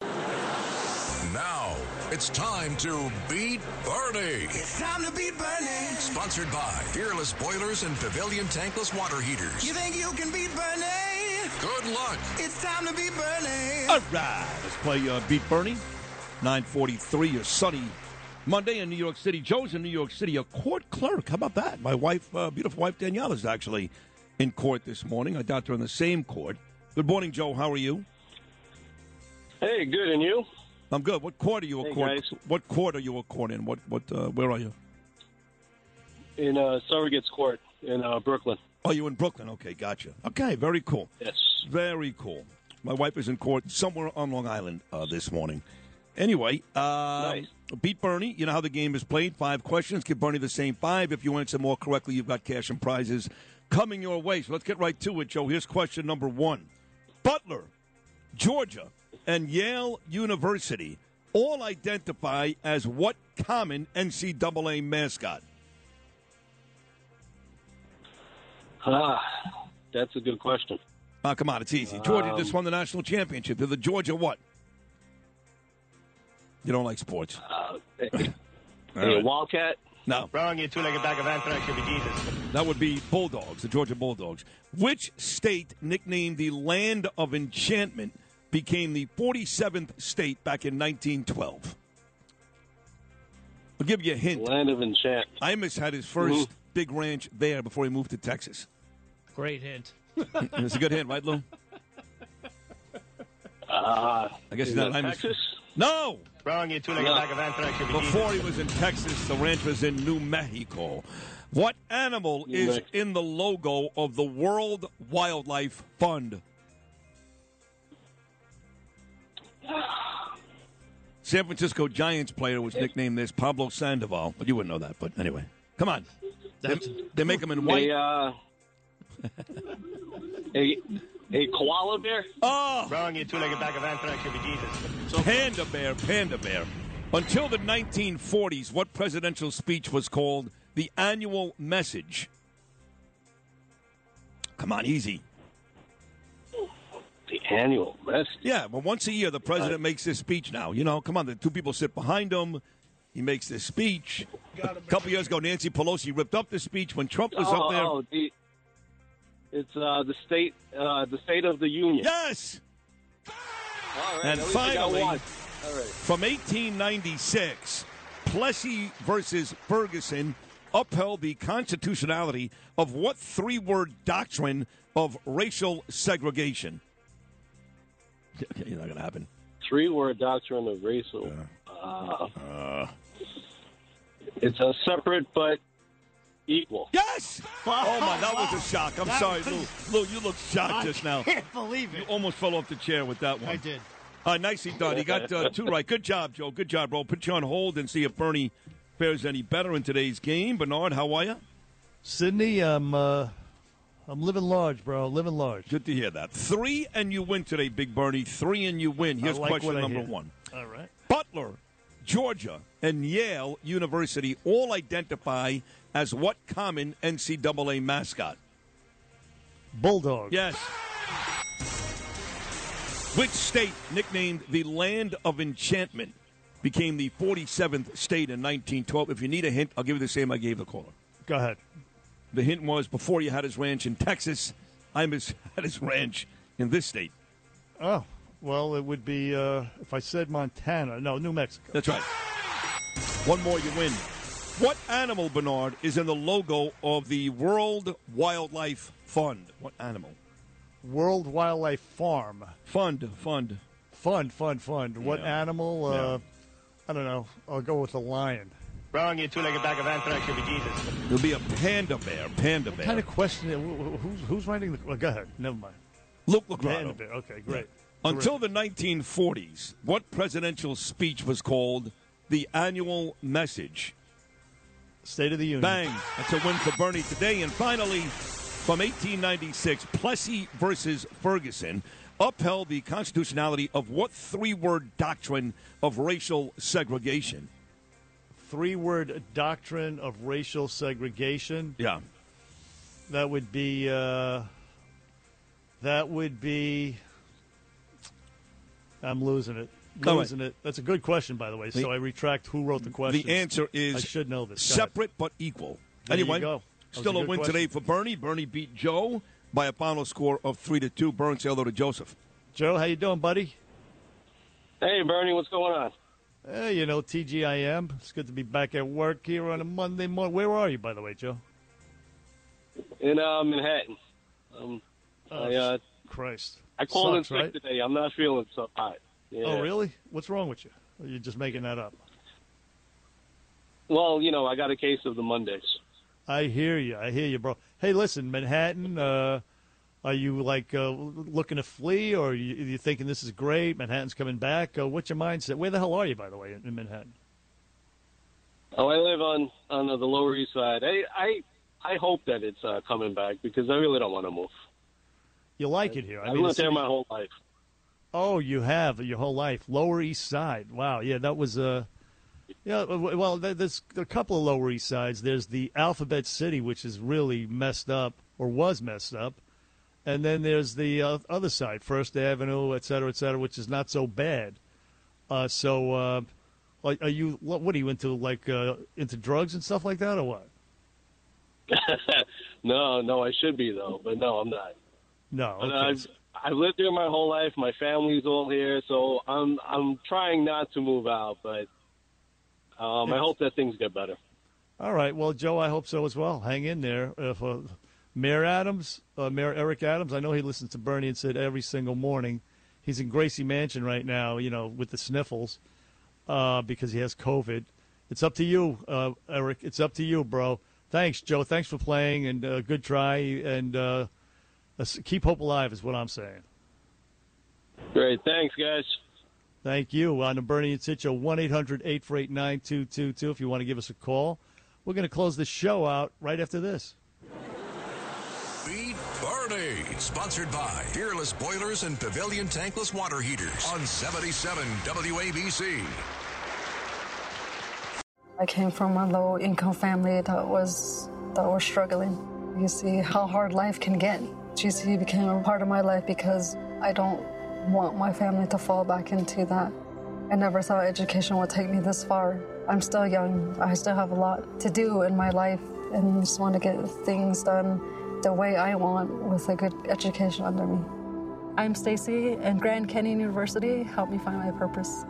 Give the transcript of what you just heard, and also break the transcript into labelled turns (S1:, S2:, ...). S1: Now it's time to beat Bernie.
S2: It's time to beat Bernie.
S1: Sponsored by Fearless Boilers and Pavilion Tankless Water Heaters.
S2: You think you can beat Bernie?
S1: Good luck.
S2: It's time to beat Bernie.
S3: All right, let's play uh, Beat Bernie. 9:43, a sunny Monday in New York City. Joe's in New York City, a court clerk. How about that? My wife, uh, beautiful wife Danielle, is actually in court this morning. I doubt they're in the same court. Good morning, Joe. How are you?
S4: Hey, good, and you?
S3: I'm good. What court are you a
S4: Hey,
S3: court?
S4: guys.
S3: What court are you a court in? What what? Uh, where are you?
S4: In uh, Surrogates Court in uh, Brooklyn.
S3: Oh, you in Brooklyn? Okay, gotcha. Okay, very cool.
S4: Yes.
S3: Very cool. My wife is in court somewhere on Long Island uh, this morning. Anyway, uh,
S4: Nice.
S3: beat Bernie. You know how the game is played. Five questions. Give Bernie the same five. If you answer more correctly, you've got cash and prizes coming your way. So let's get right to it, Joe. Here's question number one Butler, Georgia, and Yale University all identify as what common NCAA mascot?
S4: Ah, that's a good question.
S3: Uh, come on, it's easy. Georgia
S4: Um,
S3: just won the national championship. They're the Georgia what? You don't like sports. All
S4: Hey,
S3: right.
S4: Wildcat?
S3: No,
S5: Wrong, you two-legged bag of anthrax, you be Jesus.
S3: that would be Bulldogs, the Georgia Bulldogs. Which state nicknamed the Land of Enchantment became the 47th state back in 1912? I'll give you a hint.
S4: Land of Enchant.
S3: Imus had his 1st big ranch there before he moved to Texas.
S6: Great hint.
S3: That's a good hint, right, Lou? I guess
S4: Uh, Is
S3: he's not
S4: that
S3: Imus.
S4: Texas?
S3: No!
S5: Wrong, you two-legged
S4: No.
S5: bag of anthrax, you be Jesus.
S3: Before he was in Texas, the ranch was in New Mexico. What animal
S4: New
S3: is
S4: Mexico.
S3: in the logo of the World Wildlife Fund? San Francisco Giants player was nicknamed this Pablo Sandoval, but you wouldn't know that. But anyway, come on. They, they make him in white.
S4: A, uh, a, a koala bear?
S3: Oh,
S5: Wrong, you two-legged bag of anthrax, you be Jesus.
S3: panda bear, panda bear. Until the 1940s, what presidential speech was called the annual message? Come on, easy.
S4: The annual best.
S3: Yeah, well, once a year the president makes this speech. Now, you know, come on, the two people sit behind him. He makes this speech. A couple years ago, Nancy Pelosi ripped up the speech when Trump was
S4: oh,
S3: up there.
S4: oh, the, it's uh, the state uh, the state of the union.
S3: Yes,
S4: All right,
S3: And
S4: at least I got
S3: finally-
S4: one. All right.
S3: from 1896, Plessy versus Ferguson upheld the constitutionality of what three-word doctrine of racial segregation? Okay, not gonna happen.
S4: Three word doctrine of racial. Uh, It's a separate but equal.
S3: Yes! Oh my, that was a shock. I'm
S6: That
S3: sorry, Lou.
S6: was-
S3: Lou, you look shocked just now.
S6: can't believe
S3: You almost fell off the chair with that one.
S6: I did.
S3: Uh, nicely done. He got uh, two right. Good job, Joe. Good job, bro. Put you on hold and see if Bernie fares any better in today's game. Bernard, how are you?
S7: Sydney, I'm uh, I'm living large, bro. Living large.
S3: Good to hear that. Three and you win today, Big Bernie. Three and you win. Here's
S7: like
S3: question
S7: what I
S3: number
S7: hear.
S3: one.
S7: All right.
S3: Butler, Georgia, and Yale University all identify as what common NCAA mascot?
S7: Bulldog.
S3: Yes. Which state, nicknamed the Land of Enchantment, became the 47th state in 1912? If you need a hint, I'll give you the same I gave the caller.
S7: Go ahead.
S3: The hint was before you had his ranch in Texas, I miss had his ranch in this state.
S7: Oh, well, it would be uh, if I said Montana. No, New Mexico.
S3: That's right. One more, you win. What animal, Bernard, is in the logo of the World Wildlife Fund? What animal?
S7: World Wildlife Farm.
S3: Fund, fund.
S7: Fun, fun, fun. What
S3: Yeah.
S7: animal? Uh, I don't know. I'll go with a lion.
S5: Wrong, you two-legged bag of anthrax, you be Jesus.
S3: It'll be a panda bear. Panda bear.
S7: Kind of question. wh- wh- Who's who's writing the? Well, go ahead. Never mind.
S3: Luke
S7: Band
S3: Lograno.
S7: of it. Okay, great.
S3: Until the 1940s, what presidential speech was called the annual message.
S7: State of the Union.
S3: Bang. That's a win for Bernie today. And finally, from 1896, Plessy versus Ferguson upheld the constitutionality of what three word doctrine of racial segregation?
S7: Three word doctrine of racial segregation.
S3: Yeah.
S7: That would be. Uh, that would be. I'm losing it.
S3: All right.
S7: Losing it. That's a good question, by the way. So
S3: The-
S7: I retract who wrote the question.
S3: The answer is
S7: I should know this. Go ahead.
S3: Separate but equal.
S7: There you
S3: anyway,
S7: go. That was
S3: still
S7: a
S3: a,
S7: good
S3: win
S7: question.
S3: today for Bernie. Bernie beat Joe by a final score of three to two. Bernie, say hello to Joseph.
S7: Joe, how you doing, buddy?
S4: Hey, Bernie, what's going on?
S7: Eh, you know, TGIM. It's good to be back at work here on a Monday morning. Where are you, by the way, Joe?
S4: In uh, Manhattan. Um, I, uh,
S7: Christ.
S4: I called
S7: Sucks,
S4: in sick
S7: right?
S4: today. I'm not feeling so hot. Yeah.
S7: Oh, really? What's wrong with you? Or You're just making that up.
S4: Well, you know, I got a case of the Mondays.
S7: I hear you. I hear you, bro. Hey, listen, Manhattan. Uh, are you like uh, looking to flee, or you, you thinking this is great? Manhattan's coming back. Uh, what's your mindset? Where the hell are you, by the way, in, in Manhattan?
S4: Oh, I live on on uh, the Lower East Side. I I, I hope that it's uh, coming back because I really don't want to move.
S7: You like it here?
S4: I have
S7: mean,
S4: lived
S7: it's-
S4: there my whole life.
S7: Oh, you have your whole life. Lower East Side. Wow. Yeah, that was Uh, yeah, w- well, there- there's a couple of Lower East Sides. There's the Alphabet City, which is really messed up, or was messed up, and then there's the uh, other side, First Avenue, et cetera, et cetera, which is not so bad. Uh, so, uh, are are you? What what are you into? Like uh, into drugs and stuff like that, or what?
S4: No, no, I should be though, but no, I'm not.
S7: No.
S4: But
S7: okay.
S4: I've I've lived here my whole life. My family's all here, so I'm I'm trying not to move out, but um, I hope that things get better.
S7: All right. Well, Joe, I hope so as well. Hang in there. Uh, for Mayor Adams, uh, Mayor Eric Adams, I know he listens to Bernie and said every single morning. He's in Gracie Mansion right now, you know, with the sniffles uh, because he has COVID. It's up to you, uh, Eric. It's up to you, bro. Thanks, Joe. Thanks for playing and uh, good try. And uh, let's keep hope alive is what I'm saying.
S4: Great, thanks, guys.
S7: Thank you. On the Bernie and Sitcho, 1 800 848 9222 if you want to give us a call. We're going to close the show out right after this.
S1: Beat Bernie. Sponsored by Fearless Boilers and Pavilion Tankless Water Heaters on 77 WABC.
S6: I came from a low income family that was that was struggling. You see how hard life can get. GC became a part of my life because I don't want my family to fall back into that. I never thought education would take me this far. I'm still young. I still have a lot to do in my life and just want to get things done the way I want with a good education under me. I'm Stacy and Grand Canyon University helped me find my purpose.